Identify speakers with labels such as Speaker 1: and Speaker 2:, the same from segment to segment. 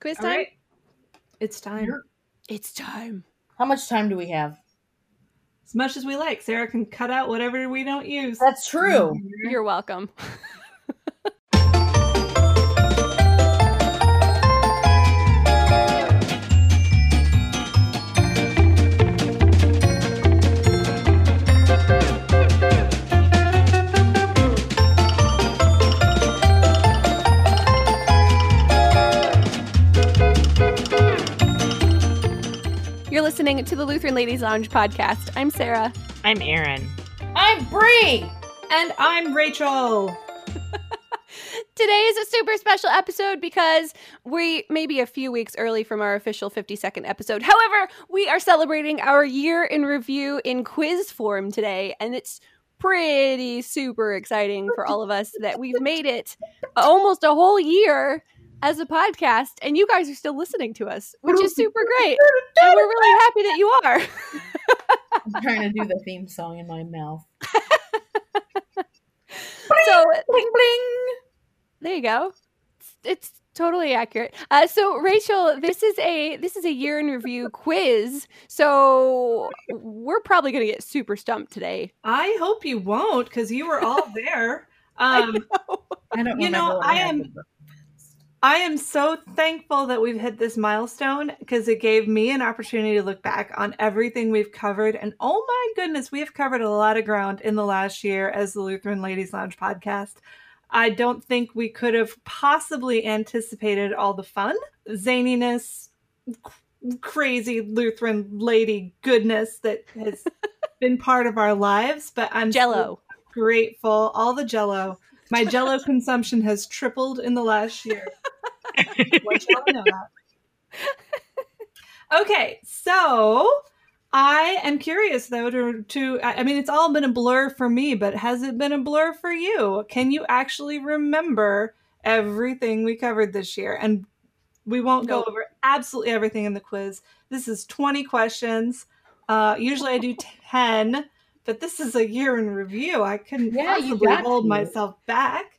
Speaker 1: Quiz
Speaker 2: All
Speaker 1: time?
Speaker 2: right.
Speaker 1: It's time.
Speaker 2: You're-
Speaker 1: It's time.
Speaker 3: How much time do we have?
Speaker 2: As much as we like, Sarah can cut out whatever we don't use.
Speaker 3: That's true.
Speaker 1: You're welcome. You're listening to the Lutheran Ladies Lounge podcast. I'm Sarah.
Speaker 4: I'm Aaron.
Speaker 3: I'm Bree.
Speaker 2: And I'm Rachel.
Speaker 1: Today is a super special episode because we may be a few weeks early from our official 52nd episode. However, we are celebrating our year in review in quiz form today, and it's pretty super exciting for all of us that we've made it almost a whole year as a podcast, and you guys are still listening to us, which is super great. And we're really happy that you are.
Speaker 3: I'm trying to do the theme song in my mouth.
Speaker 1: So uh,
Speaker 3: Bling bling.
Speaker 1: There you go. It's, it's totally accurate. Uh, so Rachel, this is a this is a year in review quiz. So we're probably going to get super stumped today.
Speaker 2: I hope you won't, because you were all there. Um,
Speaker 3: I don't.
Speaker 2: You know,
Speaker 3: remember what
Speaker 2: I am-
Speaker 3: happened.
Speaker 2: I am so thankful that we've hit this milestone because it gave me an opportunity to look back on everything we've covered. And oh my goodness, we have covered a lot of ground in the last year as the Lutheran Ladies Lounge podcast. I don't think we could have possibly anticipated all the fun, zaniness, c- crazy Lutheran lady goodness that has been part of our lives. But I'm so
Speaker 1: Jello.
Speaker 2: grateful. All the jello. My jello consumption has tripled in the last year. I want y'all to know that. Okay, so I am curious though to to I I mean it's all been a blur for me, but has it been a blur for you? Can you actually remember everything we covered this year? And we won't go
Speaker 1: Nope.
Speaker 2: over absolutely everything in the quiz. This is 20 questions. Uh, usually I do 10 but this is a year in review. I couldn't
Speaker 3: Yeah, you
Speaker 2: possibly
Speaker 3: got
Speaker 2: hold
Speaker 3: to.
Speaker 2: myself back.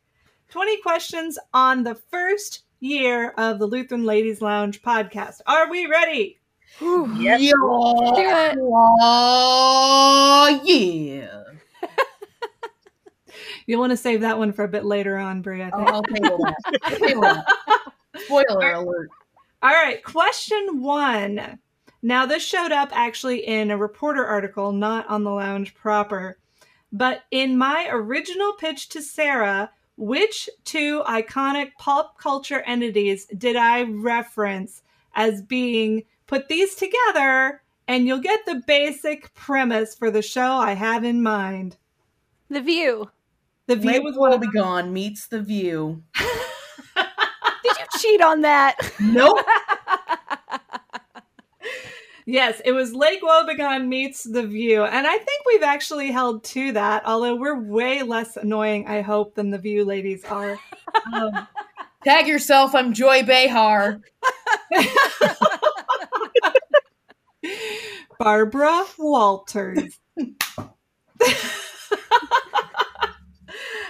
Speaker 2: 20 questions on the first year of the Lutheran Ladies Lounge podcast. Are we ready?
Speaker 1: Whew.
Speaker 3: Yeah.
Speaker 1: it.
Speaker 3: Oh yeah.
Speaker 2: You'll want to save that one for a bit later on, Brie, I
Speaker 3: I'll,
Speaker 2: think.
Speaker 3: I'll table that. I'll table that. Spoiler alert.
Speaker 2: All right, question one. Now, this showed up actually in a reporter article, not on the lounge proper. But in my original pitch to Sarah, which two iconic pop culture entities did I reference as being put these together and you'll get the basic premise for the show I have in mind?
Speaker 1: The View.
Speaker 2: The
Speaker 3: The
Speaker 2: view
Speaker 3: view
Speaker 2: was one
Speaker 3: will
Speaker 2: of
Speaker 3: be gone meets the view.
Speaker 1: Did you cheat on that?
Speaker 3: Nope.
Speaker 2: Yes, it was Lake Wobegon meets The View. And I think we've actually held to that, although we're way less annoying, I hope, than The View ladies are. Um,
Speaker 3: Tag yourself. I'm Joy Behar.
Speaker 2: Barbara Walters.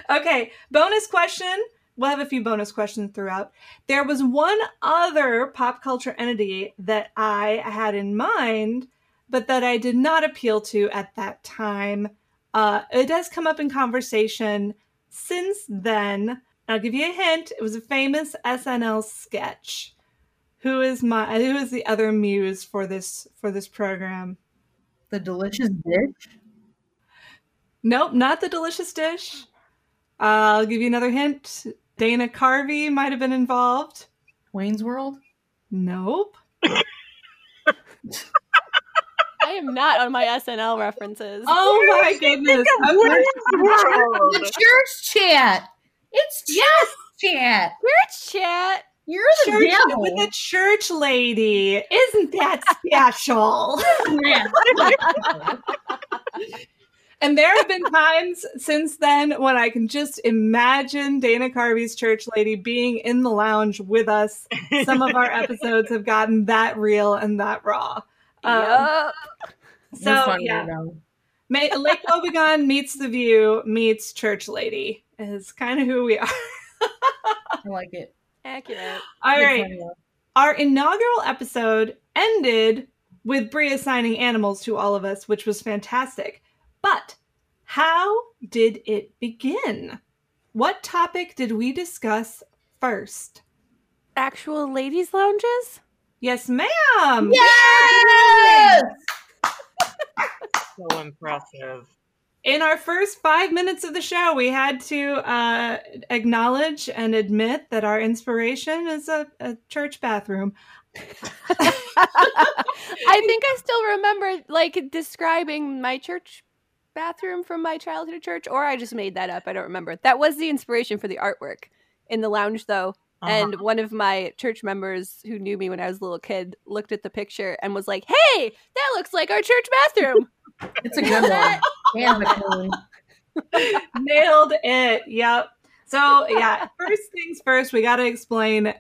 Speaker 2: okay, bonus question. We'll have a few bonus questions throughout. There was one other pop culture entity that I had in mind, but that I did not appeal to at that time. Uh, it does come up in conversation since then. I'll give you a hint. It was a famous SNL sketch. Who is my? Who is the other muse for this for this program?
Speaker 3: The delicious dish.
Speaker 2: Nope, not the delicious dish. I'll give you another hint. Dana Carvey might have been involved.
Speaker 3: Wayne's World.
Speaker 2: Nope.
Speaker 1: I am not on my SNL references.
Speaker 2: Oh my goodness. Okay.
Speaker 3: the church chat. It's church chat.
Speaker 1: Church chat.
Speaker 3: You're the
Speaker 2: Church
Speaker 3: devil.
Speaker 2: with a church lady. Isn't that special? and there have been times since then when I can just imagine Dana Carvey's church lady being in the lounge with us. Some of our episodes have gotten that real and that raw. Um,
Speaker 1: Yup.
Speaker 3: We're
Speaker 2: so
Speaker 3: funny,
Speaker 2: yeah,
Speaker 3: though.
Speaker 2: Ma- Lake Obegon meets the view meets church lady is kind of who we are.
Speaker 3: I like it.
Speaker 1: Accurate.
Speaker 2: All
Speaker 3: We're
Speaker 2: right.
Speaker 3: funny, though.
Speaker 2: Our inaugural episode ended with Bree assigning animals to all of us, which was fantastic. But how did it begin? What topic did we discuss first?
Speaker 1: Actual ladies' lounges?
Speaker 2: Yes, ma'am.
Speaker 3: Yes!
Speaker 4: So impressive.
Speaker 2: in our first five minutes of the show, we had to uh, acknowledge and admit that our inspiration is a, a church bathroom.
Speaker 1: I think I still remember like describing my church bathroom from my childhood church, or I just made that up. I don't remember. That was the inspiration for the artwork in the lounge, though.
Speaker 4: Uh-huh.
Speaker 1: And one of my church members who knew me when I was a little kid looked at the picture and was like, "Hey, that looks like our church bathroom."
Speaker 3: It's a good one. And McLean.
Speaker 2: Nailed it. Yep. So, yeah, first things first, we got to explain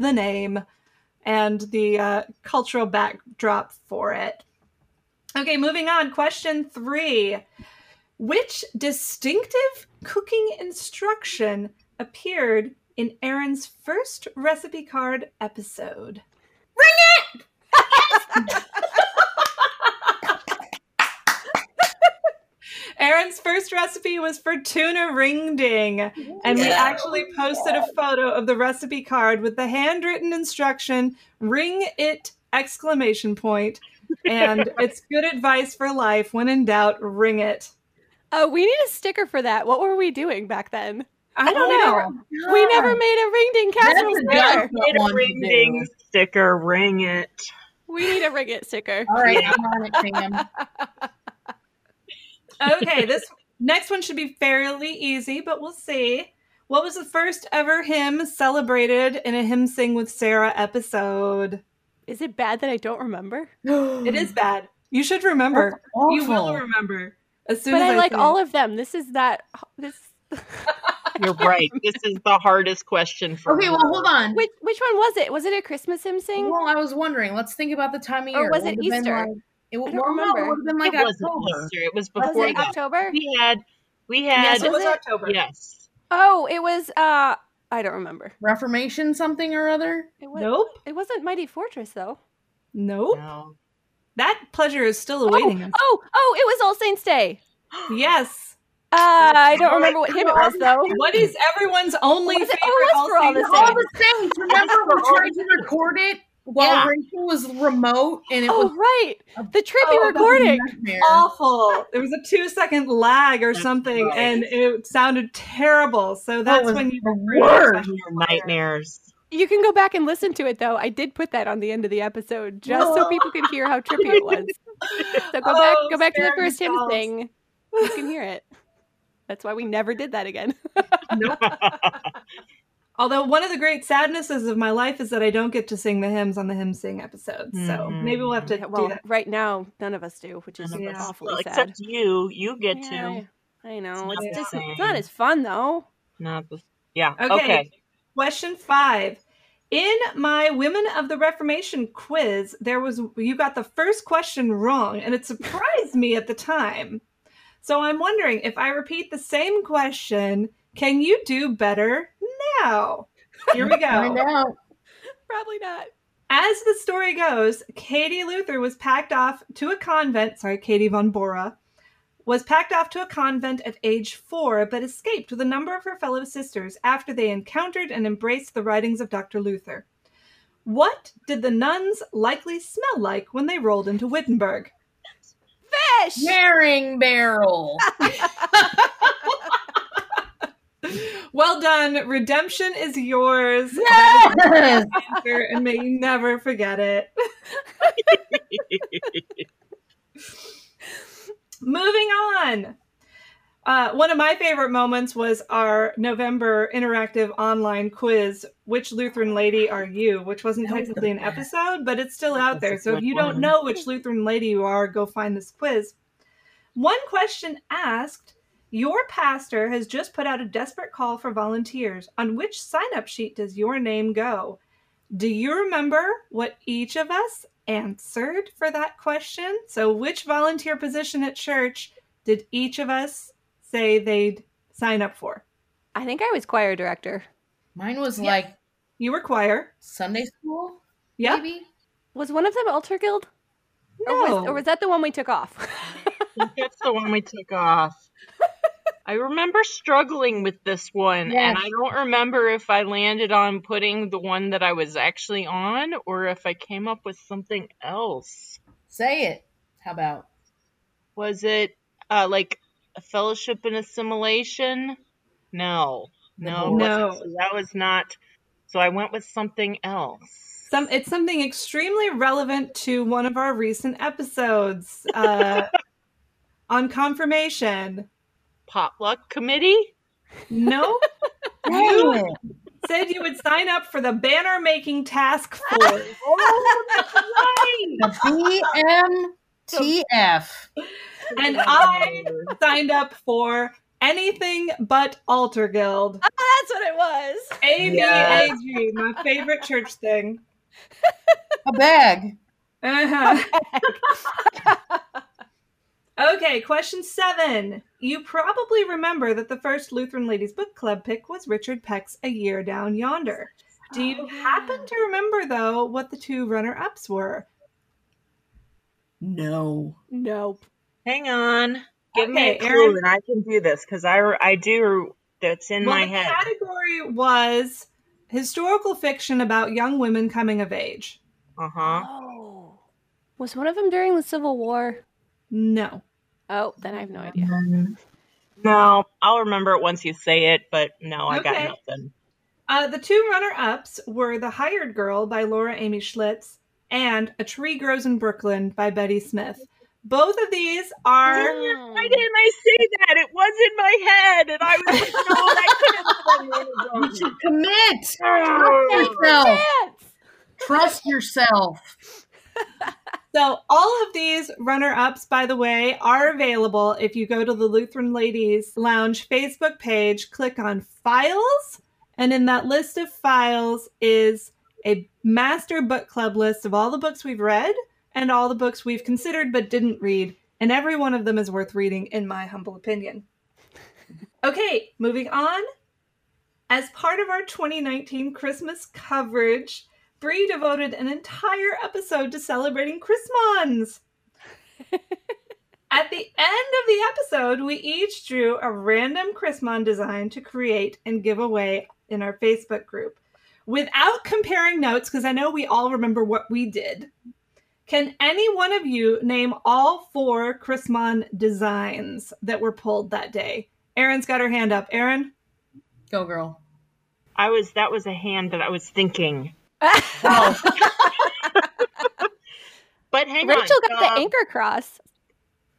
Speaker 2: the name and the uh, cultural backdrop for it. Okay, moving on. Question three Which distinctive cooking instruction appeared in Aaron's first recipe card episode? Aaron's first recipe was for tuna ring ding. And we actually posted a photo of the recipe card with the handwritten instruction ring it exclamation point. And it's good advice for life. When in doubt, ring it.
Speaker 1: Oh, we need a sticker for that. What were we doing back then?
Speaker 2: I don't
Speaker 3: Oh
Speaker 2: know.
Speaker 1: We never made a ring ding casserole
Speaker 3: Ah, a
Speaker 1: sticker.
Speaker 3: dumb- That one
Speaker 4: ring
Speaker 3: too.
Speaker 4: ding sticker, ring it.
Speaker 1: We need a ring it sticker.
Speaker 3: All right, I'm on it, Sam.
Speaker 2: Okay, this next one should be fairly easy, but we'll see. What was the first ever hymn celebrated in a hymn sing with Sarah episode?
Speaker 1: Is it bad that I don't remember?
Speaker 2: It is bad. You should remember. You will remember. As soon
Speaker 1: Oh, but
Speaker 2: as
Speaker 1: I like
Speaker 2: say it.
Speaker 1: all of them. This is that. This
Speaker 4: You're right. This is the hardest question for
Speaker 3: Okay, well, hold on.
Speaker 1: which which one was it? Was it a Christmas hymn sing?
Speaker 3: Well, I was wondering. Let's think about the time of
Speaker 1: Or
Speaker 3: year.
Speaker 1: was it
Speaker 3: Would've been
Speaker 1: Easter?
Speaker 3: like- it
Speaker 1: I
Speaker 3: would
Speaker 1: don't
Speaker 3: well, no,
Speaker 1: remember.
Speaker 3: it would have been like
Speaker 4: it wasn't
Speaker 3: October.
Speaker 4: Easter. It was
Speaker 1: was
Speaker 4: before
Speaker 1: it
Speaker 4: that.
Speaker 1: October?
Speaker 4: We had we
Speaker 2: Yes,
Speaker 4: had
Speaker 2: it was
Speaker 1: Was it-
Speaker 2: October.
Speaker 4: yes.
Speaker 1: Oh, it was. uh I don't remember.
Speaker 3: Reformation, something or other.
Speaker 1: It was.
Speaker 2: Nope.
Speaker 1: It wasn't Mighty Fortress though.
Speaker 2: Nope.
Speaker 4: No.
Speaker 2: That pleasure is still awaiting us.
Speaker 1: Oh, oh, it was All Saints Day.
Speaker 2: Yes.
Speaker 1: Uh, I don't remember what hymn it was though.
Speaker 2: What is everyone's only
Speaker 1: Was it-
Speaker 2: favorite
Speaker 1: oh, it was
Speaker 2: All
Speaker 1: for all
Speaker 2: Saints
Speaker 1: the
Speaker 3: All
Speaker 2: Day?
Speaker 1: Saints.
Speaker 3: the things. Remember, we tried to record it while
Speaker 4: Yeah.
Speaker 3: Rachel was remote, and it
Speaker 1: Oh
Speaker 3: was
Speaker 1: right, the trippy
Speaker 2: Oh, that was
Speaker 1: recording.
Speaker 2: Awful. There was a two second lag or
Speaker 4: That's
Speaker 2: something,
Speaker 4: right.
Speaker 2: and it sounded terrible. So that's when you
Speaker 3: word.
Speaker 4: Your nightmares.
Speaker 1: You can go back and listen to it though. I did put that on the end of the episode just so
Speaker 3: Oh.
Speaker 1: people could hear how trippy it was. So go back,
Speaker 2: Oh,
Speaker 1: go back to the
Speaker 2: Sarah
Speaker 1: first hymn
Speaker 2: Michelle.
Speaker 1: thing. You can hear it. That's why we never did that again.
Speaker 2: Although one of the great sadnesses of my life is that I don't get to sing the hymns on the hymn sing episode. So
Speaker 4: Mhm.
Speaker 2: maybe we'll have to
Speaker 1: Mm-hmm. Yeah,
Speaker 2: do
Speaker 1: well,
Speaker 2: that.
Speaker 1: right now none of us do, which is
Speaker 4: None of
Speaker 2: Yeah.
Speaker 4: us-
Speaker 1: awfully
Speaker 4: well,
Speaker 1: sad.
Speaker 4: except you. You get
Speaker 1: Yeah,
Speaker 4: to.
Speaker 1: I I know
Speaker 4: It's
Speaker 1: it's,
Speaker 2: not
Speaker 1: just
Speaker 4: the
Speaker 1: it's not
Speaker 4: same.
Speaker 1: as fun though.
Speaker 4: Not the, yeah.
Speaker 2: Okay. Question five. In my Women of the Reformation quiz, there was you got the first question wrong, and it surprised me at the time. So I'm wondering if I repeat the same question, can you do better now? Here we
Speaker 3: Find
Speaker 2: go.
Speaker 3: out.
Speaker 1: Probably not.
Speaker 2: As the story goes, Katie Luther was packed off to a convent. Sorry, Katie von Bora was packed off to a convent at age four, but escaped with a number of her fellow sisters after they encountered and embraced the writings of Dr. Luther. What did the nuns likely smell like when they rolled into Wittenberg?
Speaker 1: Fish.
Speaker 3: Herring barrel.
Speaker 2: Well done. Redemption is yours. That
Speaker 3: Yes.
Speaker 2: is the answer, and may you never forget it.
Speaker 4: Okay.
Speaker 2: Moving on. Uh, one of my favorite moments was our November interactive online quiz, Which Lutheran Lady Are You? which wasn't
Speaker 3: That was
Speaker 2: technically
Speaker 3: the
Speaker 2: an
Speaker 3: best.
Speaker 2: episode, but it's still out
Speaker 4: That's a
Speaker 2: there. So if
Speaker 4: good
Speaker 2: you don't
Speaker 4: one.
Speaker 2: know which Lutheran lady you are, go find this quiz. One question asked Your pastor has just put out a desperate call for volunteers. On which sign up sheet does your name go? Do you remember what each of us answered for that question? So, which volunteer position at church did each of us say they'd sign up for?
Speaker 1: I think I was choir director.
Speaker 3: Mine was
Speaker 2: Yeah.
Speaker 3: like
Speaker 2: You were choir.
Speaker 3: Sunday school.
Speaker 2: Yeah.
Speaker 3: Maybe.
Speaker 1: Was one of them Alter Guild? Or
Speaker 2: No.
Speaker 1: was, or was that the one we took off?
Speaker 4: I think that's the one we took off. I remember struggling with this one, and
Speaker 3: Yes.
Speaker 4: I don't remember if I landed on putting the one that I was actually on or if I came up with something else.
Speaker 3: Say it. How about?
Speaker 4: Was it uh, like a fellowship and assimilation? No, no, it
Speaker 2: No.
Speaker 4: wasn't. So that was not. So I went with something else.
Speaker 2: Some it's something extremely relevant to one of our recent episodes uh, on confirmation.
Speaker 4: Potluck committee?
Speaker 2: No,
Speaker 3: Dang it.
Speaker 2: said you would sign up for the banner making task force.
Speaker 1: Oh,
Speaker 3: The BMTF.
Speaker 2: And I- signed up for anything but altar guild.
Speaker 1: That's what it was.
Speaker 2: ABAG, my favorite church thing.
Speaker 3: A bag.
Speaker 2: Uh-huh.
Speaker 1: Uh-huh.
Speaker 2: okay, question seven. You probably remember that the first Lutheran Ladies Book Club pick was Richard Peck's A Year Down Yonder. Do you
Speaker 1: Oh, yeah.
Speaker 2: happen to remember, though, what the two runner ups were?
Speaker 3: No.
Speaker 1: Nope.
Speaker 4: Hang on. Give me a
Speaker 2: Okay,
Speaker 4: clue
Speaker 2: Erin.
Speaker 4: and I can do this because I, I do. That's in
Speaker 2: well,
Speaker 4: my
Speaker 2: the
Speaker 4: head.
Speaker 2: category was historical fiction about young women coming of age.
Speaker 4: Uh huh.
Speaker 1: Oh. Was one of them during the Civil War?
Speaker 2: No.
Speaker 1: Oh, then I have no idea.
Speaker 4: No, I'll remember it once you say it, but no, I
Speaker 2: Okay.
Speaker 4: got nothing.
Speaker 2: Uh, the two runner ups were The Hired Girl by Laura Amy Schlitz and A Tree Grows in Brooklyn by Betty Smith. Both of these are.
Speaker 1: Oh.
Speaker 4: Why didn't I say that? It was in my head, and I was like, no, that could
Speaker 3: You should commit.
Speaker 4: have been
Speaker 3: Yourself.
Speaker 1: Yes!
Speaker 3: Trust yourself.
Speaker 2: So, all of these runner ups, by the way, are available if you go to the Lutheran Ladies Lounge Facebook page, click on files, and in that list of files is a master book club list of all the books we've read and all the books we've considered but didn't read. And every one of them is worth reading, in my humble opinion. Okay, moving on. As part of our 2019 Christmas coverage, Bree devoted an entire episode to celebrating Christmas. At the end of the episode, we each drew a random Chrismon design to create and give away in our Facebook group. Without comparing notes, because I know we all remember what we did, can any one of you name all four Chrismon designs that were pulled that day? Erin's got her hand up. Erin?
Speaker 3: Go, girl.
Speaker 4: I was. That was a hand that I was thinking.
Speaker 3: Oh,
Speaker 4: But hang on.
Speaker 1: Rachel got
Speaker 4: uh,
Speaker 1: the anchor cross.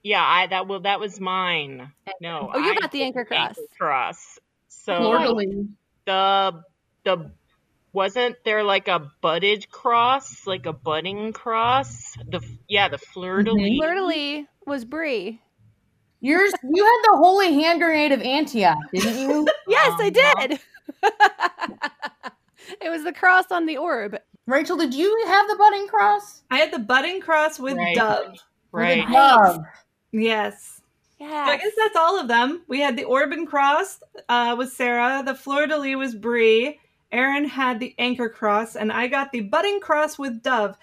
Speaker 4: Yeah, I that well that was mine. No,
Speaker 1: Oh, you
Speaker 4: I
Speaker 1: got the
Speaker 4: did
Speaker 1: anchor cross.
Speaker 4: cross. So
Speaker 3: lordly.
Speaker 4: the the wasn't there like a budded cross, like a budding cross? The yeah, the fleur de lis.
Speaker 1: Flirtily was Bree.
Speaker 3: Yours. You had the holy hand grenade of Antioch, didn't you?
Speaker 1: Yes,
Speaker 4: Um,
Speaker 1: I did. it was the cross on the orb.
Speaker 3: Rachel, did you have the budding cross?
Speaker 2: I had the budding cross with
Speaker 4: Right.
Speaker 2: dove.
Speaker 4: Right.
Speaker 3: Love.
Speaker 2: Yes. So I
Speaker 1: Yeah.
Speaker 2: guess that's all of them. We had the Orban Cross uh, was Sarah. The Fleur de Lis was Bree. Aaron had the Anchor Cross, and I got the Budding Cross with Dove.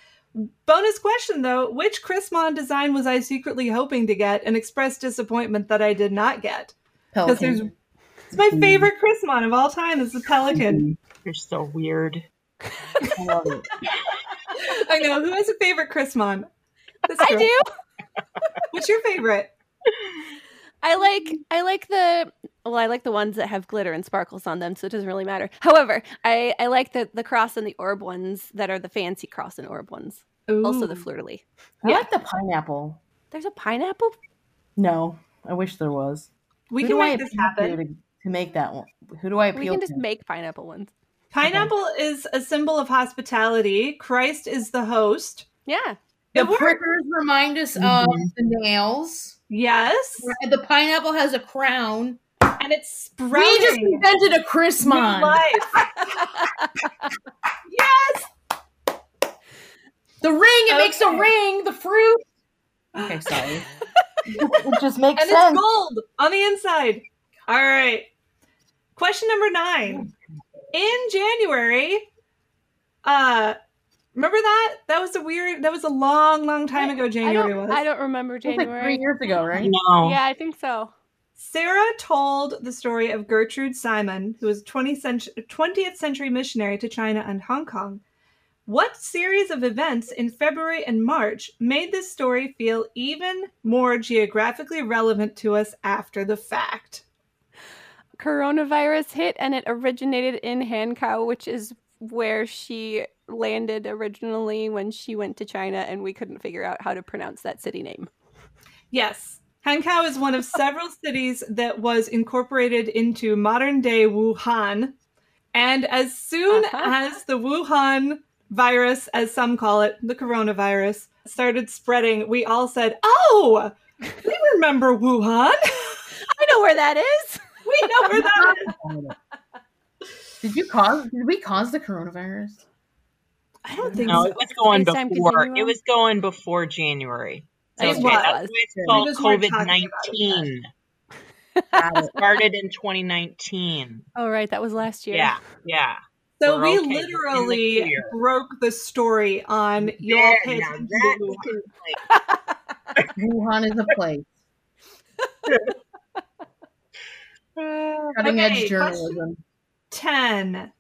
Speaker 2: Bonus question though: Which Chrismon design was I secretly hoping to get and expressed disappointment that I did not get? Because there's
Speaker 3: Pelican.
Speaker 2: it's my
Speaker 3: Hmm.
Speaker 2: favorite Chrismon of all time. It's the Pelican.
Speaker 4: You're so weird.
Speaker 3: I love it.
Speaker 2: I know who has a favorite Chrismon. This
Speaker 1: I
Speaker 2: girl.
Speaker 1: do.
Speaker 2: What's your favorite?
Speaker 1: I like I like the well, I like the ones that have glitter and sparkles on them, so it doesn't really matter. However, I, I like the, the cross and the orb ones that are the fancy cross and orb ones. Also the
Speaker 2: Ooh.
Speaker 1: fleur de lis.
Speaker 3: I like the pineapple.
Speaker 1: There's a pineapple.
Speaker 3: No, I wish there was.
Speaker 2: We
Speaker 3: Who
Speaker 2: can
Speaker 3: do I
Speaker 2: make this
Speaker 3: appeal
Speaker 2: happen.
Speaker 3: To, to make that one, who do I appeal
Speaker 1: We can just
Speaker 3: to?
Speaker 1: make pineapple ones.
Speaker 2: Pineapple is a symbol of hospitality. Christ is the host.
Speaker 1: Yeah.
Speaker 3: the
Speaker 2: It worked.
Speaker 3: prickers remind us
Speaker 4: Mhm.
Speaker 3: of the nails.
Speaker 2: Yes.
Speaker 3: The pineapple has a crown.
Speaker 2: And it's sprouting.
Speaker 3: We just invented a
Speaker 2: New
Speaker 3: Chrismon.
Speaker 2: life. yes.
Speaker 3: The ring, it makes a
Speaker 2: Okay.
Speaker 3: ring. The fruit. Okay, sorry. it just makes
Speaker 2: And
Speaker 3: sense.
Speaker 2: it's gold on the inside. All right. Question number nine. In January, uh, Remember that? That was a weird. That was a long, long time ago.
Speaker 1: I
Speaker 2: January
Speaker 1: don't,
Speaker 2: was.
Speaker 1: I don't remember
Speaker 3: It was like three
Speaker 1: January.
Speaker 3: years ago, right?
Speaker 4: No.
Speaker 1: Yeah, I think so.
Speaker 2: Sarah told the story of Gertrude Simon, who was a 20th century, 20th century missionary to China and Hong Kong. What series of events in February and March made this story feel even more geographically relevant to us after the fact?
Speaker 1: Coronavirus hit and it originated in Hankow, which is where she landed originally when she went to China and we couldn't figure out how to pronounce that city name.
Speaker 2: Yes, Hankow is one of several cities that was incorporated into modern day Wuhan. And as soon
Speaker 1: Uh-huh.
Speaker 2: as the Wuhan virus, as some call it, the coronavirus, started spreading, we all said, Oh, we remember Wuhan.
Speaker 1: I know where that is.
Speaker 2: We know where that is.
Speaker 3: Did you cause? Did we cause the coronavirus?
Speaker 2: I don't think
Speaker 4: No,
Speaker 2: so.
Speaker 4: it was going
Speaker 1: Space-time
Speaker 4: before. It
Speaker 1: continuum.
Speaker 4: was going before January.
Speaker 1: I
Speaker 2: It
Speaker 1: just
Speaker 2: was.
Speaker 4: that's why
Speaker 1: realized.
Speaker 4: it's
Speaker 3: We
Speaker 4: called
Speaker 2: just weren't
Speaker 4: COVID
Speaker 2: talking about it
Speaker 4: nineteen.
Speaker 3: Got it.
Speaker 4: Started in 2019.
Speaker 1: Oh, right. That was last year.
Speaker 4: Yeah, yeah.
Speaker 2: So
Speaker 4: We're
Speaker 2: we
Speaker 4: okay. We're in the
Speaker 2: literally
Speaker 4: clear.
Speaker 2: broke the story on your
Speaker 4: There,
Speaker 2: page.
Speaker 4: now that you can, like,
Speaker 3: Wuhan is a place. Cutting
Speaker 2: Okay,
Speaker 3: edge journalism.
Speaker 2: 10.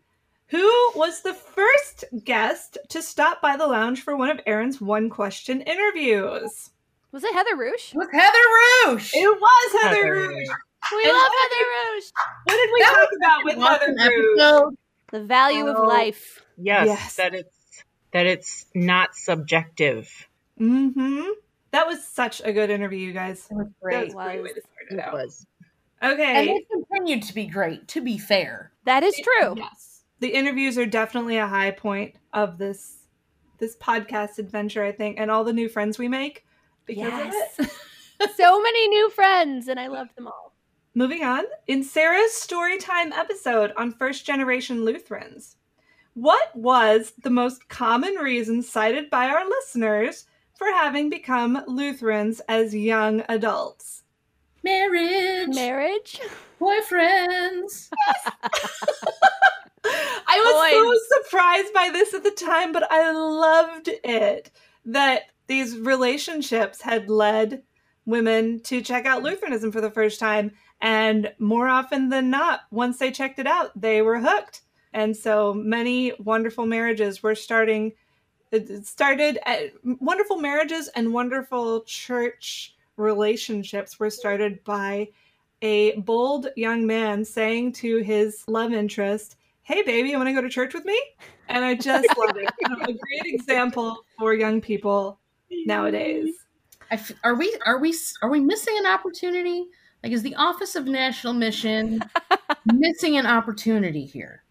Speaker 2: Who was the first guest to stop by the lounge for one of Aaron's one question interviews?
Speaker 1: Was it Heather Roosh?
Speaker 3: It was Heather Roosh.
Speaker 2: It was Heather,
Speaker 4: Heather
Speaker 2: Roosh.
Speaker 4: Roosh.
Speaker 1: We
Speaker 2: And
Speaker 1: love
Speaker 2: what
Speaker 1: Heather Roosh.
Speaker 2: What did we
Speaker 3: That
Speaker 2: talk about with
Speaker 3: Awesome
Speaker 2: Heather Roosh?
Speaker 3: episode.
Speaker 1: The value
Speaker 4: Oh.
Speaker 1: of life.
Speaker 4: yes,
Speaker 2: Yes.
Speaker 4: that it's that it's not subjective.
Speaker 2: Mm-hmm. That was such a good interview, you guys.
Speaker 3: It
Speaker 2: That
Speaker 3: was
Speaker 2: was
Speaker 3: great.
Speaker 2: a great way to start it
Speaker 4: It
Speaker 2: out.
Speaker 4: was.
Speaker 3: And
Speaker 2: Okay.
Speaker 3: it continued to be great, to be fair.
Speaker 1: That is true.
Speaker 2: Yes. The interviews are definitely a high point of this this podcast adventure, I think, and all the new friends we make because of it.
Speaker 1: Yes. so many new friends, and I love them all.
Speaker 2: Moving on, in Sarah's storytime episode on first generation Lutherans, what was the most common reason cited by our listeners for having become Lutherans as young adults?
Speaker 3: Marriage,
Speaker 1: Marriage.
Speaker 3: boyfriends.
Speaker 2: I was so surprised by this at the time, but I loved it that these relationships had led women to check out Lutheranism for the first time. And more often than not, once they checked it out, they were hooked. And so many wonderful marriages were starting, it- it started at, wonderful marriages and wonderful church relationships were started by a bold young man saying to his love interest, Hey, baby, you want to go to church with me? And I just love it. A great example for young people nowadays.
Speaker 3: I f- are we are we are we missing an opportunity? Like, is the Office of National Mission missing an opportunity here?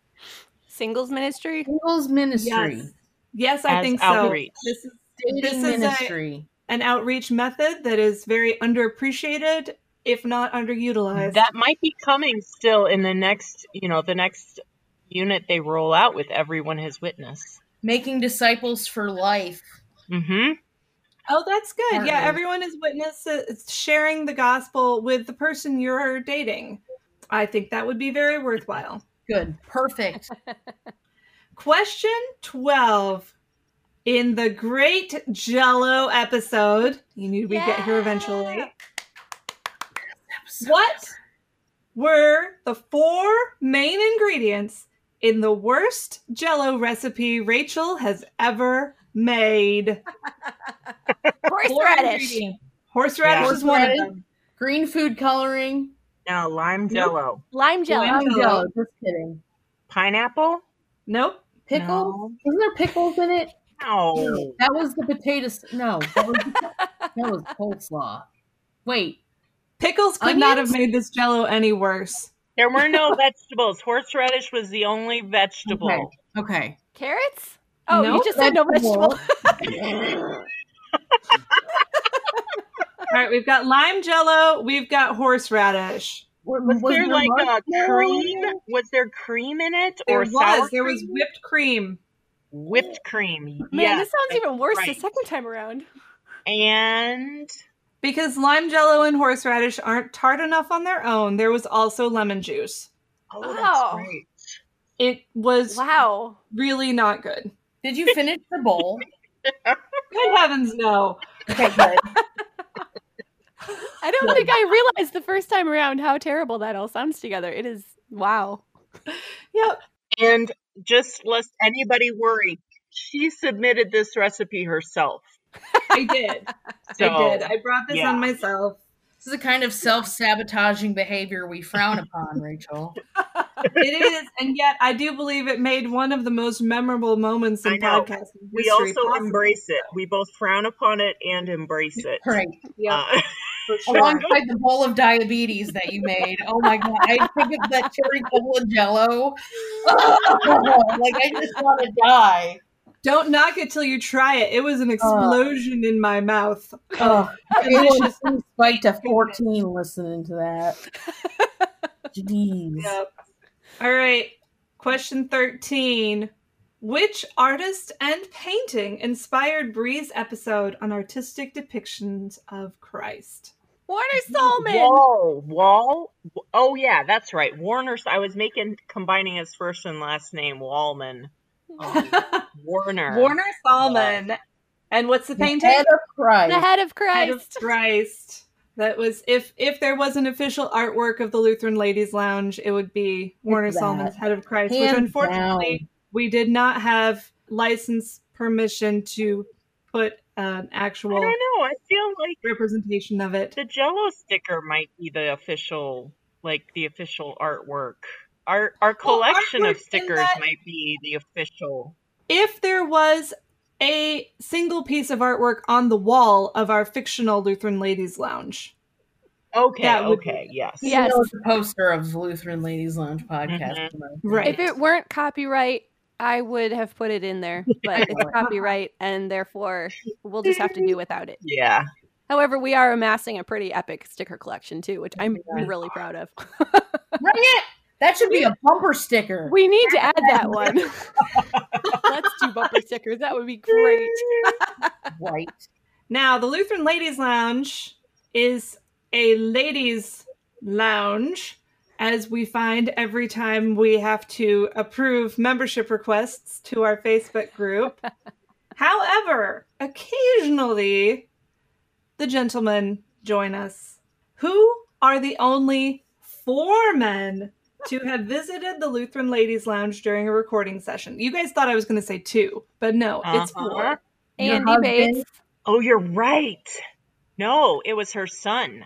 Speaker 1: Singles ministry.
Speaker 3: Singles ministry,
Speaker 2: Yes, yes I
Speaker 4: As
Speaker 2: think
Speaker 4: outreach.
Speaker 2: so. This is
Speaker 3: dating
Speaker 2: This is a-
Speaker 3: ministry.
Speaker 2: an outreach method that is very underappreciated, if not underutilized.
Speaker 4: That might be coming still in the next, you know, the next unit they roll out with everyone has witness.
Speaker 3: Making disciples for life.
Speaker 4: Mm-hmm.
Speaker 2: oh, that's good. Yeah,
Speaker 3: Partly.
Speaker 2: everyone is witness it's sharing the gospel with the person you're dating. I think that would be very worthwhile.
Speaker 3: Good, perfect.
Speaker 2: Question 12. In the great Jello episode, you knew we'd get here eventually. What were the four main ingredients in the worst Jello recipe Rachel has ever made? Four
Speaker 1: Horseradish.
Speaker 2: ingredients. Horseradish
Speaker 4: Yeah.
Speaker 2: is one of
Speaker 3: Horseradish.
Speaker 2: them.
Speaker 3: Green food coloring.
Speaker 4: Now lime jello.
Speaker 1: Lime jelly.
Speaker 2: Lime-
Speaker 3: I'm
Speaker 2: Jello.
Speaker 3: Jello. Just kidding.
Speaker 4: Pineapple?
Speaker 2: Nope.
Speaker 3: Pickles. Isn't there pickles in it?
Speaker 4: No.
Speaker 3: That was the potato. s- No, that was, that was coleslaw. Wait,
Speaker 2: Pickles could not have
Speaker 3: Onions?
Speaker 2: made this Jello any worse.
Speaker 4: There were no vegetables. Horseradish was the only vegetable.
Speaker 3: Okay. okay.
Speaker 1: Carrots. Oh,
Speaker 2: No,
Speaker 1: you just said no vegetable.
Speaker 2: All right, we've got lime Jello, we've got horseradish.
Speaker 3: What-
Speaker 4: Was, there, like a
Speaker 3: marshmallow in
Speaker 4: cream?
Speaker 3: it?
Speaker 4: Was there cream in it
Speaker 2: There
Speaker 4: or
Speaker 2: was
Speaker 4: sour
Speaker 2: there was
Speaker 4: cream?
Speaker 2: whipped cream.
Speaker 4: whipped cream?
Speaker 1: Man,
Speaker 4: yes.
Speaker 1: this sounds even worse the
Speaker 4: right.
Speaker 1: second time around.
Speaker 4: And
Speaker 2: Because lime jello and horseradish aren't tart enough on their own, there was also lemon juice.
Speaker 4: oh, that's
Speaker 1: Oh.
Speaker 4: right.
Speaker 2: It was
Speaker 1: Wow.
Speaker 2: really not good.
Speaker 3: Did you finish the bowl?
Speaker 2: Good heavens, no.
Speaker 3: Okay, good.
Speaker 1: I don't think I realized the first time around how terrible that all sounds together. It is wow.
Speaker 2: Yep.
Speaker 4: And just lest anybody worry, she submitted this recipe herself.
Speaker 2: I did.
Speaker 4: So,
Speaker 2: I did. I brought this
Speaker 4: yeah.
Speaker 2: on myself.
Speaker 3: This is the kind of self sabotaging behavior we frown upon, Rachel.
Speaker 2: It is, and yet I do believe it made one of the most memorable moments
Speaker 4: I
Speaker 2: in
Speaker 4: know.
Speaker 2: podcast history.
Speaker 4: we also
Speaker 2: possible.
Speaker 4: embrace it. We both frown upon it and embrace it.
Speaker 3: Right.
Speaker 2: Yep,
Speaker 4: Uh,
Speaker 2: for sure.
Speaker 3: Alongside the bowl of diabetes that you made. Oh my God. I think of that cherry cola jello. like, I just want to die.
Speaker 2: Don't knock it till you try it. It was an explosion in my mouth.
Speaker 3: Oh,
Speaker 2: Delicious.
Speaker 3: it just spiked to 14 listening to that. Jeez.
Speaker 2: Yep. All right. Question 13. Which artist and painting inspired Bree's episode on artistic depictions of Christ?
Speaker 1: Warner Solman.
Speaker 4: Wall, Wall. Oh yeah, that's right. Warner's. I was making combining his first and last name, Wallman. Oh, Warner.
Speaker 2: Warner Salmon. And what's the
Speaker 3: The
Speaker 2: painting?
Speaker 3: head of Christ.
Speaker 1: The head of
Speaker 2: Head of
Speaker 1: Christ.
Speaker 2: Christ. That was if if there was an official artwork of the Lutheran Ladies Lounge, it would be Warner
Speaker 3: that.
Speaker 2: Solomon's Head of Christ, which
Speaker 3: Hands
Speaker 2: unfortunately
Speaker 3: down.
Speaker 2: we did not have license permission to put an
Speaker 4: I
Speaker 2: actual
Speaker 4: don't know. I feel like
Speaker 2: representation of it.
Speaker 4: the Jello sticker might be the official, like the official artwork. Our our
Speaker 2: Well,
Speaker 4: collection
Speaker 2: artwork
Speaker 4: of
Speaker 2: in
Speaker 4: stickers
Speaker 2: that-
Speaker 4: might be the official.
Speaker 2: If there was a single piece of artwork on the wall of our fictional Lutheran Ladies Lounge.
Speaker 4: Okay.
Speaker 2: That would be
Speaker 4: okay. Yes.
Speaker 3: You
Speaker 1: Yes.
Speaker 3: know, it's a poster of Lutheran Ladies Lounge podcast.
Speaker 2: Right.
Speaker 1: If it weren't copyright, I would have put it in there, but it's copyright and therefore we'll just have to do without it.
Speaker 4: Yeah.
Speaker 1: However, we are amassing a pretty epic sticker collection too, which I'm really proud of.
Speaker 3: Bring it! That should be a bumper sticker.
Speaker 1: We need to add that one. Let's do bumper stickers. That would be great.
Speaker 3: Right.
Speaker 2: Now, the Lutheran Ladies Lounge is a ladies' lounge, as we find every time we have to approve membership requests to our Facebook group. However, occasionally the gentlemen join us, who are the only four men to have visited the Lutheran Ladies Lounge during a recording session. You guys thought I was going to say two, but no, it's
Speaker 4: Uh-huh.
Speaker 2: four.
Speaker 3: Your
Speaker 1: Andy
Speaker 3: husband-
Speaker 1: Bates.
Speaker 4: Oh, you're right. No, it was her son.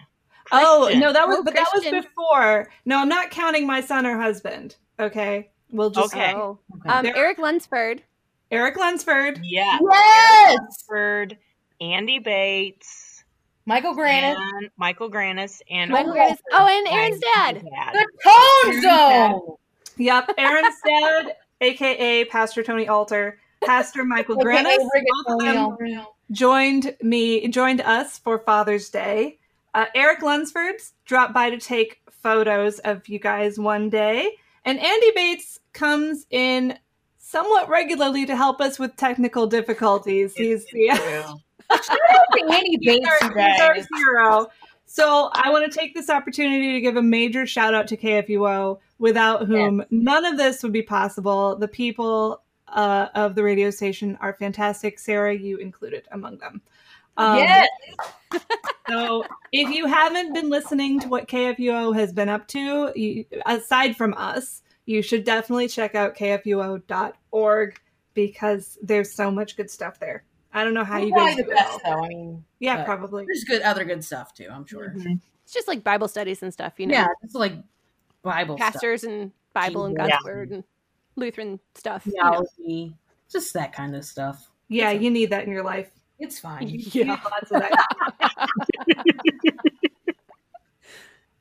Speaker 2: Oh
Speaker 4: Christian.
Speaker 2: no, that was
Speaker 1: Oh,
Speaker 2: but that was
Speaker 1: Christian.
Speaker 2: before. No, I'm not counting my son or husband. Okay, we'll just
Speaker 4: Okay.
Speaker 1: Oh.
Speaker 3: Okay.
Speaker 1: Um,
Speaker 2: There-
Speaker 1: Eric Lunsford.
Speaker 2: Eric Lunsford.
Speaker 4: Yeah.
Speaker 3: yes!
Speaker 4: Ford, Andy Bates,
Speaker 3: Michael Granite.
Speaker 4: and Michael Granis, and
Speaker 1: Michael
Speaker 3: Michael
Speaker 1: Granis. Oh, and Aaron's
Speaker 4: Ryan's
Speaker 1: dad.
Speaker 3: The Tone
Speaker 4: Aaron's
Speaker 3: Zone!
Speaker 2: Yep, Aaron's dad, aka Pastor Tony Alter, Pastor Michael
Speaker 3: Okay,
Speaker 2: Granis. Both of them
Speaker 3: Rigatoni.
Speaker 2: joined me, joined us for Father's Day. Uh, Eric Lunsford dropped by to take photos of you guys one day, and Andy Bates comes in somewhat regularly to help us with technical difficulties. He's yeah.
Speaker 4: dad.
Speaker 3: Andy
Speaker 2: He's
Speaker 3: Bates,
Speaker 2: our,
Speaker 3: you
Speaker 2: he's our
Speaker 3: guys.
Speaker 2: hero. So I want to take this opportunity to give a major shout out to KFUO, without whom none of this would be possible. The people uh, of the radio station are fantastic. Sarah, you included among them. Um,
Speaker 3: Yes.
Speaker 2: So if you haven't been listening to what KFUO has been up to, you, aside from us, you should definitely check out kfuo.org because there's so much good stuff there. I don't know how you
Speaker 3: Probably
Speaker 2: guys
Speaker 3: the
Speaker 2: do it all.
Speaker 3: best, though. I mean,
Speaker 2: Yeah,
Speaker 3: but-
Speaker 2: probably.
Speaker 3: there's good other good stuff too. I'm sure.
Speaker 4: Mhm.
Speaker 1: It's just like Bible studies and stuff, you know.
Speaker 3: Yeah, it's like Bible stuff,
Speaker 1: Pastors and Bible and God's
Speaker 4: Yeah.
Speaker 1: word and Lutheran stuff. you know.
Speaker 3: theology, just that kind of stuff.
Speaker 2: Yeah, you need that in your life.
Speaker 3: It's fine.
Speaker 1: Mm-hmm.
Speaker 2: You need lots of that.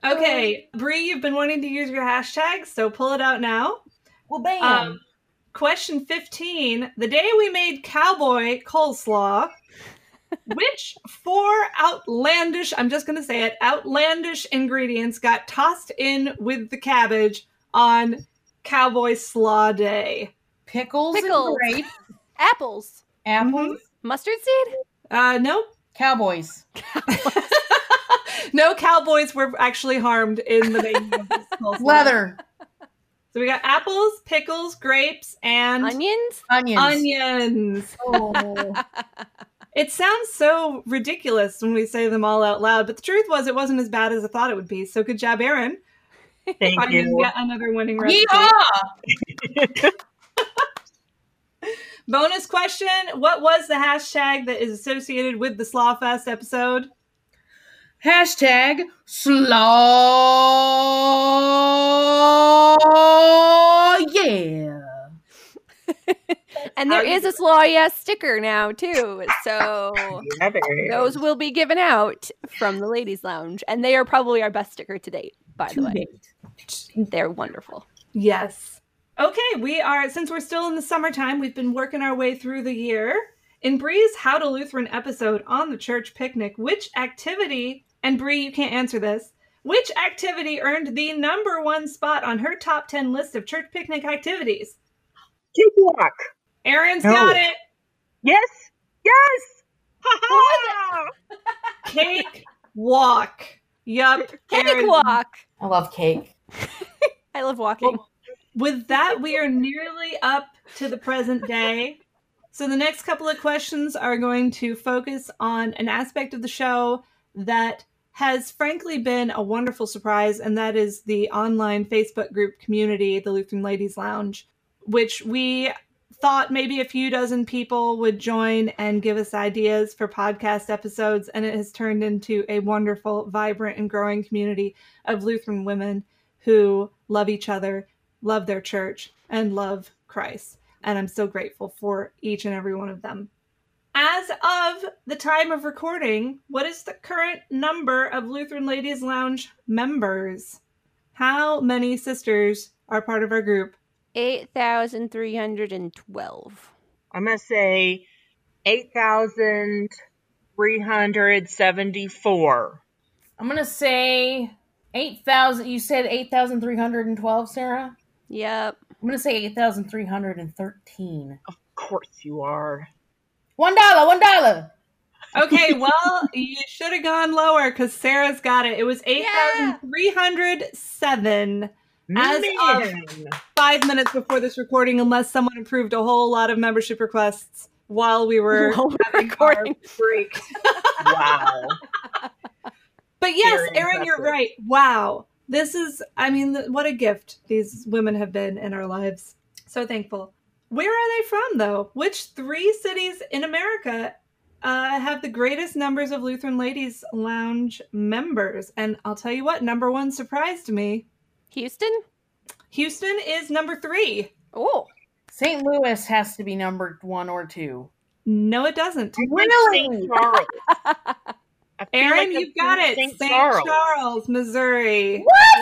Speaker 2: okay, Bree, you've been wanting to use your hashtag, so pull it out now.
Speaker 3: Well, bam.
Speaker 2: Um, question 15 The day we made cowboy coleslaw, which four outlandish, I'm just going to say it, outlandish ingredients got tossed in with the cabbage on cowboy slaw day?
Speaker 3: pickles,
Speaker 1: Pickles. Mm-hmm.
Speaker 3: and grape,
Speaker 1: Apples.
Speaker 3: apples,
Speaker 1: Mustard seed?
Speaker 2: Uh, nope.
Speaker 3: cowboys.
Speaker 2: no cowboys were actually harmed in the making of this coleslaw.
Speaker 3: Leather.
Speaker 2: So we got apples, pickles, grapes, and
Speaker 1: Onions?
Speaker 3: Onions.
Speaker 2: onions.
Speaker 3: Oh.
Speaker 2: It sounds so ridiculous when we say them all out loud, but the truth was it wasn't as bad as I thought it would be. So good job, Aaron.
Speaker 4: Thank
Speaker 2: Finding
Speaker 4: you.
Speaker 2: yet another winning recipe.
Speaker 3: Yeehaw!
Speaker 2: Bonus question What was the hashtag that is associated with the Slawfest episode?
Speaker 3: Hashtag slaw yeah.
Speaker 1: And there
Speaker 4: How you
Speaker 1: is a Slaw Yes sticker now, too. So
Speaker 4: Yeah, there it is.
Speaker 1: those will be given out from the Ladies Lounge. And they are probably our best sticker to date, by the
Speaker 3: To
Speaker 1: way.
Speaker 3: date.
Speaker 1: They're wonderful.
Speaker 2: Yes. Okay, we are, since we're still in the summertime, we've been working our way through the year. In Bree's How to Lutheran episode on the church picnic, which activity, and Bree, you can't answer this, which activity earned the number one spot on her top 10 list of church picnic activities?
Speaker 4: Cake walk.
Speaker 2: Aaron's
Speaker 4: No.
Speaker 2: got it.
Speaker 4: Yes. Yes. Ha ha.
Speaker 2: Cake walk. Yup.
Speaker 1: Cake
Speaker 2: Aaron-
Speaker 1: walk.
Speaker 5: I love cake.
Speaker 1: I love walking.
Speaker 2: With that, we are nearly up to the present day. So, the next couple of questions are going to focus on an aspect of the show that has frankly been a wonderful surprise, and that is the online Facebook group community, the Lutheran Ladies Lounge, which we thought maybe a few dozen people would join and give us ideas for podcast episodes. And it has turned into a wonderful, vibrant, and growing community of Lutheran women who love each other love their church, and love Christ. And I'm so grateful for each and every one of them. As of the time of recording, what is the current number of Lutheran Ladies Lounge members? How many sisters are part of our group?
Speaker 1: 8,312.
Speaker 4: I'm gonna say eight thousand three hundred seventy-four.
Speaker 3: I'm gonna say eight thousand. You said eight thousand three hundred and twelve, Sarah.
Speaker 1: Yep.
Speaker 3: I'm gonna say eight thousand three hundred and thirteen.
Speaker 4: Of course you are.
Speaker 3: One dollar. One dollar.
Speaker 2: Okay, well, you should have gone lower because Sarah's got it. It was 8,307. As
Speaker 4: Man.
Speaker 2: Five minutes before this recording, unless someone approved a whole lot of membership requests while we were
Speaker 1: While we're
Speaker 2: having our
Speaker 1: recording.
Speaker 2: break.
Speaker 4: wow.
Speaker 2: But yes,
Speaker 4: Very
Speaker 2: Erin, you're
Speaker 4: impressive.
Speaker 2: right. Wow. This is, I mean, th- what a gift these women have been in our lives. So thankful. Where are they from, though? Which three cities in America uh, have the greatest numbers of Lutheran Ladies Lounge members? And I'll tell you what, number one surprised me.
Speaker 1: Houston?
Speaker 2: Houston is number three.
Speaker 1: Oh,
Speaker 3: St. Louis has to be numbered one or two.
Speaker 2: No, it doesn't.
Speaker 4: St. Charles. I feel
Speaker 2: Aaron,
Speaker 4: like
Speaker 2: you've got it.
Speaker 4: St. Charles.
Speaker 2: Missouri.
Speaker 1: wow.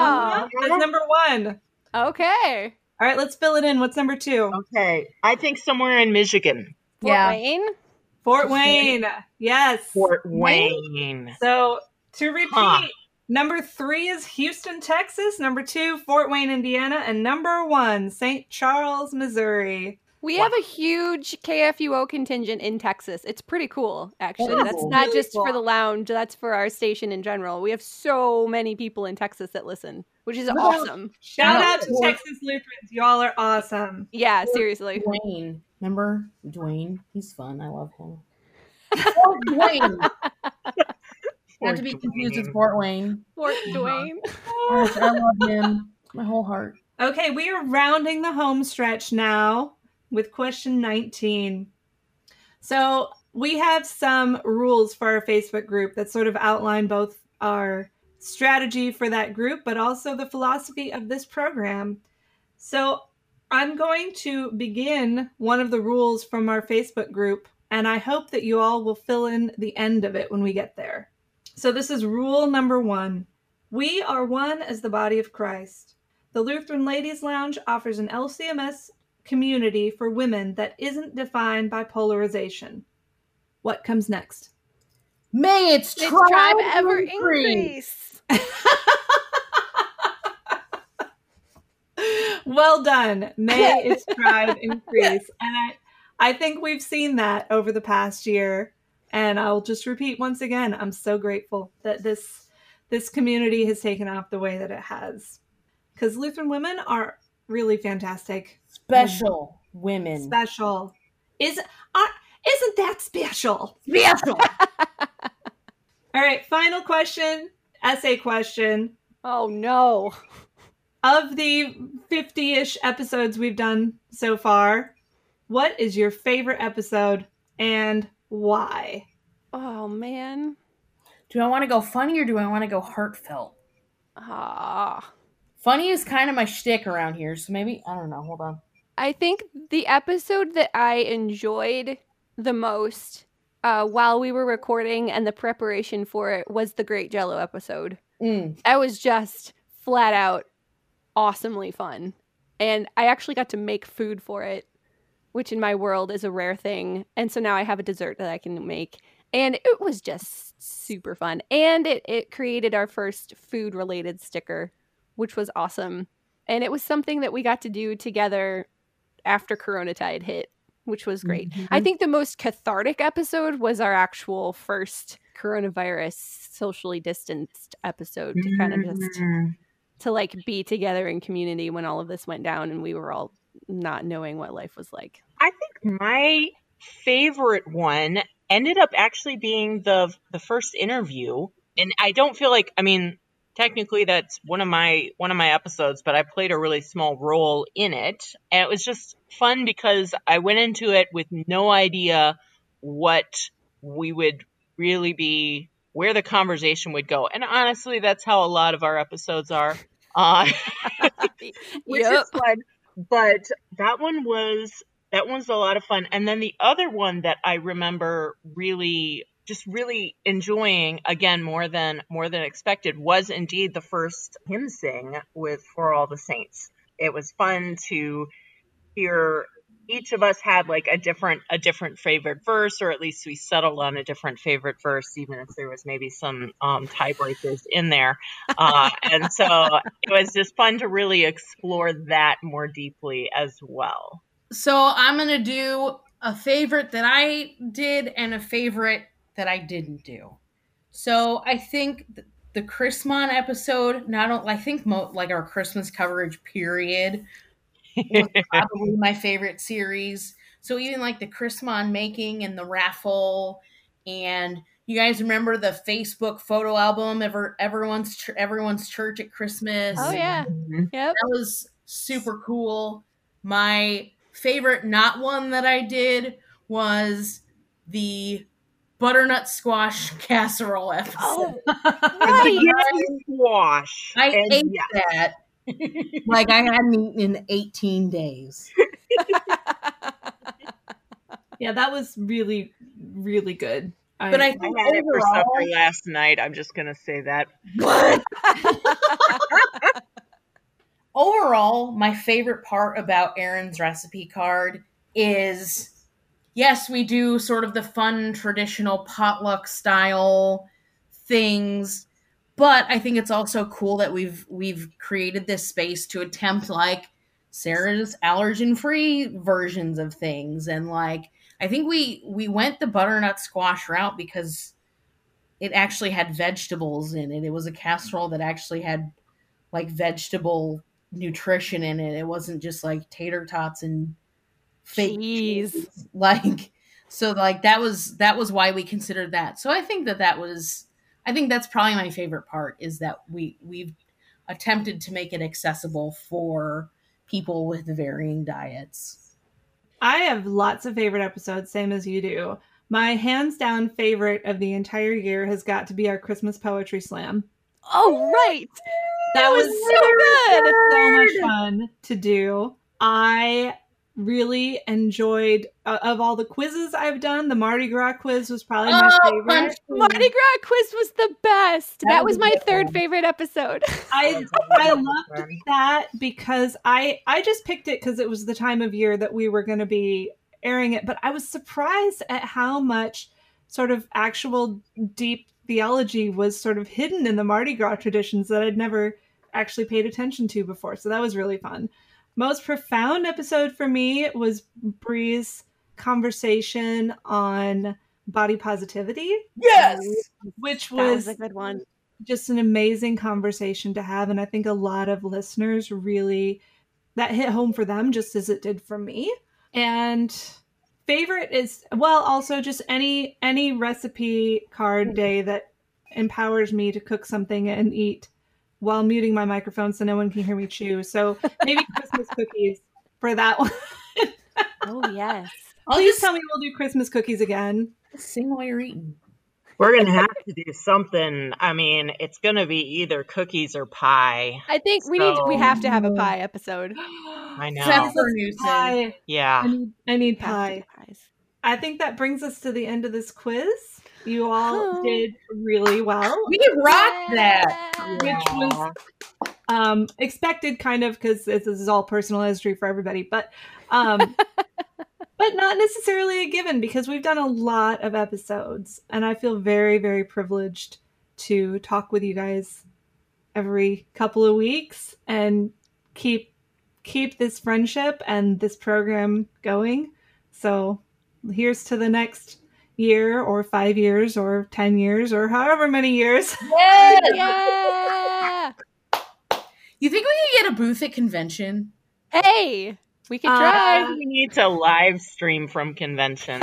Speaker 2: Uh-huh. That's number one.
Speaker 1: Okay.
Speaker 2: All right, let's fill it in. What's number two?
Speaker 4: Okay. I think somewhere in Michigan.
Speaker 1: Fort
Speaker 3: Yeah.
Speaker 1: Wayne?
Speaker 2: Fort Wayne. Yes.
Speaker 4: Fort Wayne.
Speaker 2: So to repeat,
Speaker 4: Huh.
Speaker 2: number three is Houston, Texas. Number two, Fort Wayne, Indiana. And number one, St. Charles, Missouri.
Speaker 1: We
Speaker 4: Wow.
Speaker 1: have a huge KFUO contingent in Texas. It's pretty cool, actually.
Speaker 3: Oh,
Speaker 4: That is
Speaker 1: that's not
Speaker 2: really
Speaker 1: just for
Speaker 2: cool.
Speaker 1: the lounge, that's for our station in general. We have so many people in Texas that listen, which is
Speaker 3: Wow.
Speaker 1: awesome.
Speaker 2: Shout
Speaker 3: Shout
Speaker 2: out
Speaker 3: out
Speaker 2: to
Speaker 3: Fort-
Speaker 2: Texas Lutherans. Y'all are awesome.
Speaker 1: Yeah, seriously.
Speaker 3: Dwayne. Remember Dwayne? He's fun. I love him. Fort Dwayne. Not to be
Speaker 4: Fort
Speaker 3: confused with
Speaker 4: Wayne.
Speaker 3: Fort
Speaker 1: Fort
Speaker 3: Wayne.
Speaker 1: Dwayne.
Speaker 3: Gosh, Oh, I love him. My whole heart.
Speaker 2: Okay, we are rounding the home stretch now with question 19. So we have some rules for our Facebook group that sort of outline both our strategy for that group, but also the philosophy of this program. So I'm going to begin one of the rules from our Facebook group, and I hope that you all will fill in the end of it when we get there. So this is rule number one We are one as the body of Christ. The Lutheran Ladies Lounge offers an LCMS community for women that isn't defined by polarization. What comes next?
Speaker 3: May its,
Speaker 1: Did
Speaker 3: tribe,
Speaker 1: tribe ever
Speaker 3: increase.
Speaker 1: increase?
Speaker 2: well done. May its tribe increase. And I, I think we've seen that over the past year. And I'll just repeat once again, I'm so grateful that this this community has taken off the way that it has. because Lutheran women are really fantastic.
Speaker 3: Special women.
Speaker 2: Special. Is uh, isn't that special?
Speaker 3: Special.
Speaker 2: All right, final question, essay question.
Speaker 1: Oh no.
Speaker 2: Of the 50-ish episodes we've done so far, what is your favorite episode and why?
Speaker 1: Oh man.
Speaker 3: Do I want to go funny or do I want to go heartfelt?
Speaker 1: Ah.
Speaker 3: Funny is kind of my shtick around here, so maybe I don't know. Hold on.
Speaker 1: I think the episode that I enjoyed the most uh, while we were recording and the preparation for it was the Great Jello episode.
Speaker 3: Mm.
Speaker 1: That was just flat out awesomely fun. And I actually got to make food for it, which in my world is a rare thing. And so now I have a dessert that I can make. And it was just super fun. And it, it created our first food related sticker, which was awesome. And it was something that we got to do together after Corona Tide hit, which was great. I think the most cathartic episode was our actual first coronavirus socially distanced episode to kind of
Speaker 4: Mm-hmm.
Speaker 1: just
Speaker 3: Mm.
Speaker 1: to like be together in community when all of this went down and we were all not knowing what life was like.
Speaker 4: I think my favorite one ended up actually being the the first interview, and I don't feel like I mean technically that's one of my one of my episodes, but I played a really small role in it, and it was just fun because I went into it with no idea what we would really be where the conversation would go, and honestly, that's how a lot of our episodes are. Uh, which
Speaker 1: yep.
Speaker 4: is fun. But that one was that one's a lot of fun. And then the other one that I remember really just really enjoying again more than more than expected was indeed the first hymn sing with For All the Saints. It was fun to hear each of us had like a different a different favorite verse or at least we settled on a different favorite verse even if there was maybe some um tiebreakers in there uh, and so it was just fun to really explore that more deeply as well.
Speaker 3: So I'm gonna do a favorite that I did and a favorite that I didn't do. So I think th- the Chrismon episode, not only I think mo- like our Christmas coverage period, was probably my favorite series. So even like the Chrismon making and the raffle, and you guys remember the Facebook photo album ever everyone's ch- everyone's church at Christmas.
Speaker 1: Oh yeah. Yep.
Speaker 3: That was super cool. My favorite, not one that I did, was the butternut squash casserole episode.
Speaker 1: Oh,
Speaker 4: The
Speaker 1: right.
Speaker 4: Yeti squash.
Speaker 3: I
Speaker 4: And
Speaker 3: ate
Speaker 4: yeah,
Speaker 3: that like I hadn't eaten in 18 days.
Speaker 2: Yeah, that was really, really good.
Speaker 3: But I
Speaker 4: I
Speaker 3: think
Speaker 4: had it for supper
Speaker 3: overall,
Speaker 4: last night. I'm just gonna say that.
Speaker 3: overall, my favorite part about Aaron's recipe card is yes, we do sort of the fun traditional potluck style things, but I think it's also cool that we've we've created this space to attempt like Sarah's allergen free versions of things and like I think we we went the butternut squash route because it actually had vegetables in it. It was a casserole that actually had like vegetable nutrition in it. It wasn't just like tater tots and fake
Speaker 1: Jeez.
Speaker 3: cheese. Like so like that was that was why we considered that. So I think that that was I think that's probably my favorite part is that we we've attempted to make it accessible for people with varying diets.
Speaker 2: I have lots of favorite episodes, same as you do. My hands down favorite of the entire year has got to be our Christmas poetry slam.
Speaker 1: Oh right.
Speaker 2: That was
Speaker 1: so good.
Speaker 2: so much fun to do. I really enjoyed uh, of all the quizzes I've done. The Mardi Gras quiz was probably my
Speaker 3: Oh,
Speaker 2: favorite.
Speaker 3: fun
Speaker 1: Mardi Gras quiz was the best. That,
Speaker 3: That
Speaker 1: was
Speaker 3: was
Speaker 1: my
Speaker 3: a good
Speaker 1: third
Speaker 3: one.
Speaker 1: favorite episode.
Speaker 2: I I loved that because I I just picked it because it was the time of year that we were going to be airing it. But I was surprised at how much sort of actual deep theology was sort of hidden in the Mardi Gras traditions that I'd never actually paid attention to before. So that was really fun. Most profound episode for me was Bree's conversation on body positivity,
Speaker 1: Yes.
Speaker 2: which
Speaker 1: That was
Speaker 2: was
Speaker 1: a good one.
Speaker 2: just an amazing conversation to have. And I think a lot of listeners really that hit home for them just as it did for me. And favorite is well also just any any recipe card day that empowers me to cook something and eat while muting my microphone so no one can hear me chew. So maybe Christmas cookies for that one.
Speaker 1: Oh yes.
Speaker 2: I'll just tell me we'll do Christmas cookies again.
Speaker 3: Sing while you're eating.
Speaker 4: We're gonna have to do something. I mean, it's gonna be either cookies or pie.
Speaker 1: I think we need we have to have a pie episode.
Speaker 4: I know.
Speaker 3: Except for Newton.
Speaker 2: Pie. I
Speaker 4: Yeah.
Speaker 2: need, I need
Speaker 1: We have to do
Speaker 2: pie.
Speaker 1: pies.
Speaker 2: I think that brings us to the end of this quiz. You all
Speaker 1: Oh.
Speaker 2: did really well.
Speaker 3: We rocked that.
Speaker 1: Yeah.
Speaker 2: Which was- Um, expected kind of because this this is all personal history for everybody, but um, but not necessarily a given because we've done a lot of episodes, and I feel very very privileged to talk with you guys every couple of weeks and keep keep this friendship and this program going. So here's to the next year or 5 years or 10 years or however many years.
Speaker 3: Yes.
Speaker 1: Yeah.
Speaker 3: You think we could get a booth at convention?
Speaker 1: Hey, we can
Speaker 2: Uh,
Speaker 1: try.
Speaker 4: We need to live stream from convention.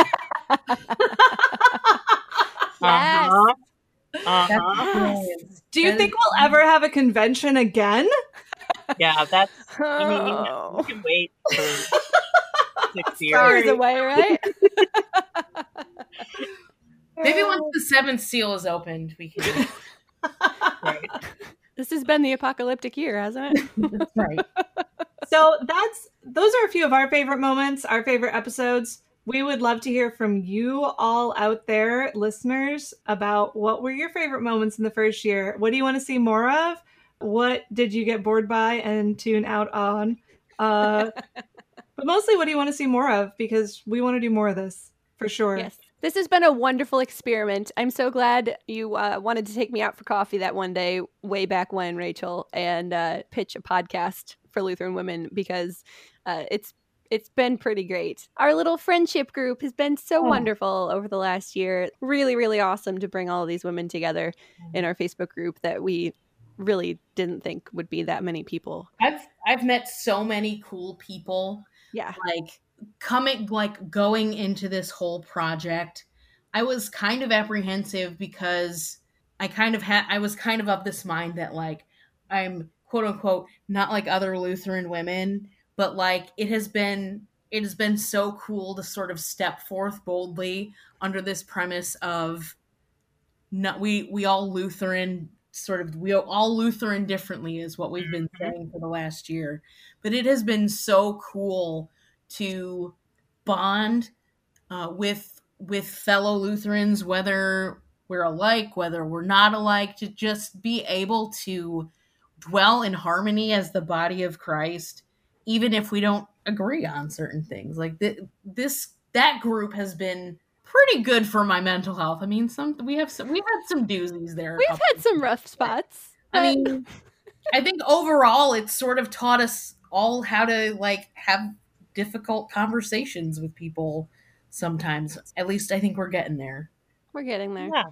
Speaker 1: Yes.
Speaker 4: Uh-huh. Uh-huh.
Speaker 1: Yes.
Speaker 3: Yes.
Speaker 2: Do you
Speaker 3: That
Speaker 2: think
Speaker 3: is-
Speaker 2: we'll ever have a convention again?
Speaker 4: Yeah, that's I mean we
Speaker 1: Oh.
Speaker 4: can wait for
Speaker 1: Years
Speaker 4: six years.
Speaker 1: away, right?
Speaker 3: Maybe once the seventh seal is opened, we can.
Speaker 4: Right.
Speaker 1: This has been the apocalyptic year, hasn't it?
Speaker 3: That's right.
Speaker 2: So that's those are a few of our favorite moments, our favorite episodes. We would love to hear from you all out there, listeners, about what were your favorite moments in the first year? What do you want to see more of? What did you get bored by and tune out on? Uh, but mostly, what do you want to see more of? Because we want to do more of this for sure.
Speaker 1: Yes. This has been a wonderful experiment. I'm so glad you uh, wanted to take me out for coffee that one day, way back when, Rachel, and uh, pitch a podcast for Lutheran women because uh, it's it's been pretty great. Our little friendship group has been so
Speaker 3: Hmm.
Speaker 2: Oh.
Speaker 1: wonderful over the last year. Really, really awesome to bring all of these women together in our Facebook group that we really didn't think would be that many people.
Speaker 3: I've I've met so many cool people.
Speaker 1: Yeah.
Speaker 3: like coming like going into this whole project i was kind of apprehensive because i kind of had i was kind of of this mind that like i'm quote unquote not like other lutheran women but like it has been it has been so cool to sort of step forth boldly under this premise of not we we all lutheran sort of we all lutheran differently is what we've been
Speaker 4: Mhm.
Speaker 3: saying for the last year but it has been so cool to bond uh, with with fellow Lutherans, whether we're alike, whether we're not alike, to just be able to dwell in harmony as the body of Christ, even if we don't agree on certain things. Like th- this, that group has been pretty good for my mental health. I mean, some we have some, we've had some doozies there. a
Speaker 1: We've
Speaker 3: couple
Speaker 1: had some rough spots.
Speaker 3: I
Speaker 1: but-
Speaker 3: mean, I think overall, it's sort of taught us all how to like have difficult conversations with people. Sometimes, at least, I think we're getting there.
Speaker 1: we're getting there.
Speaker 4: Yeah.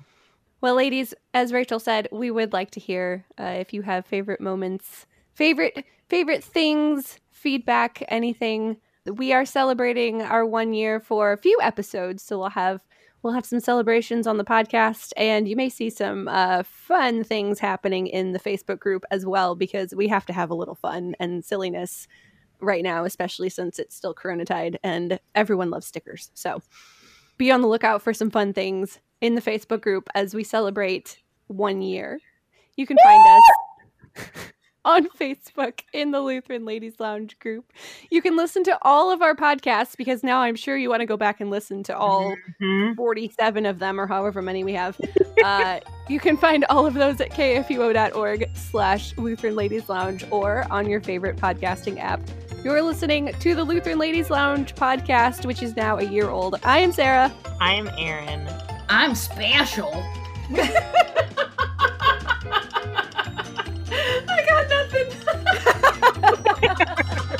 Speaker 1: Well, ladies, as Rachel said, we would like to hear uh, if you have favorite moments, favorite favorite things, feedback, anything. We are celebrating our one year for a few episodes, so we'll have we'll have some celebrations on the podcast, and you may see some uh, fun things happening in the Facebook group as well because we have to have a little fun and silliness right now, especially since it's still coronatide and everyone loves stickers. So be on the lookout for some fun things in the Facebook group as we celebrate one year. You can find us on Facebook in the Lutheran Ladies Lounge group. You can listen to all of our podcasts because now I'm sure you want to go back and listen to all
Speaker 4: Mhm.
Speaker 1: 47 of them or however many we have. Uh, you can find all of those at kfuo.org slash Lutheran Ladies Lounge or on your favorite podcasting app. You're listening to the Lutheran Ladies Lounge podcast, which is now a year old. I am Sarah.
Speaker 4: I am Erin.
Speaker 3: I'm special.
Speaker 2: I got nothing.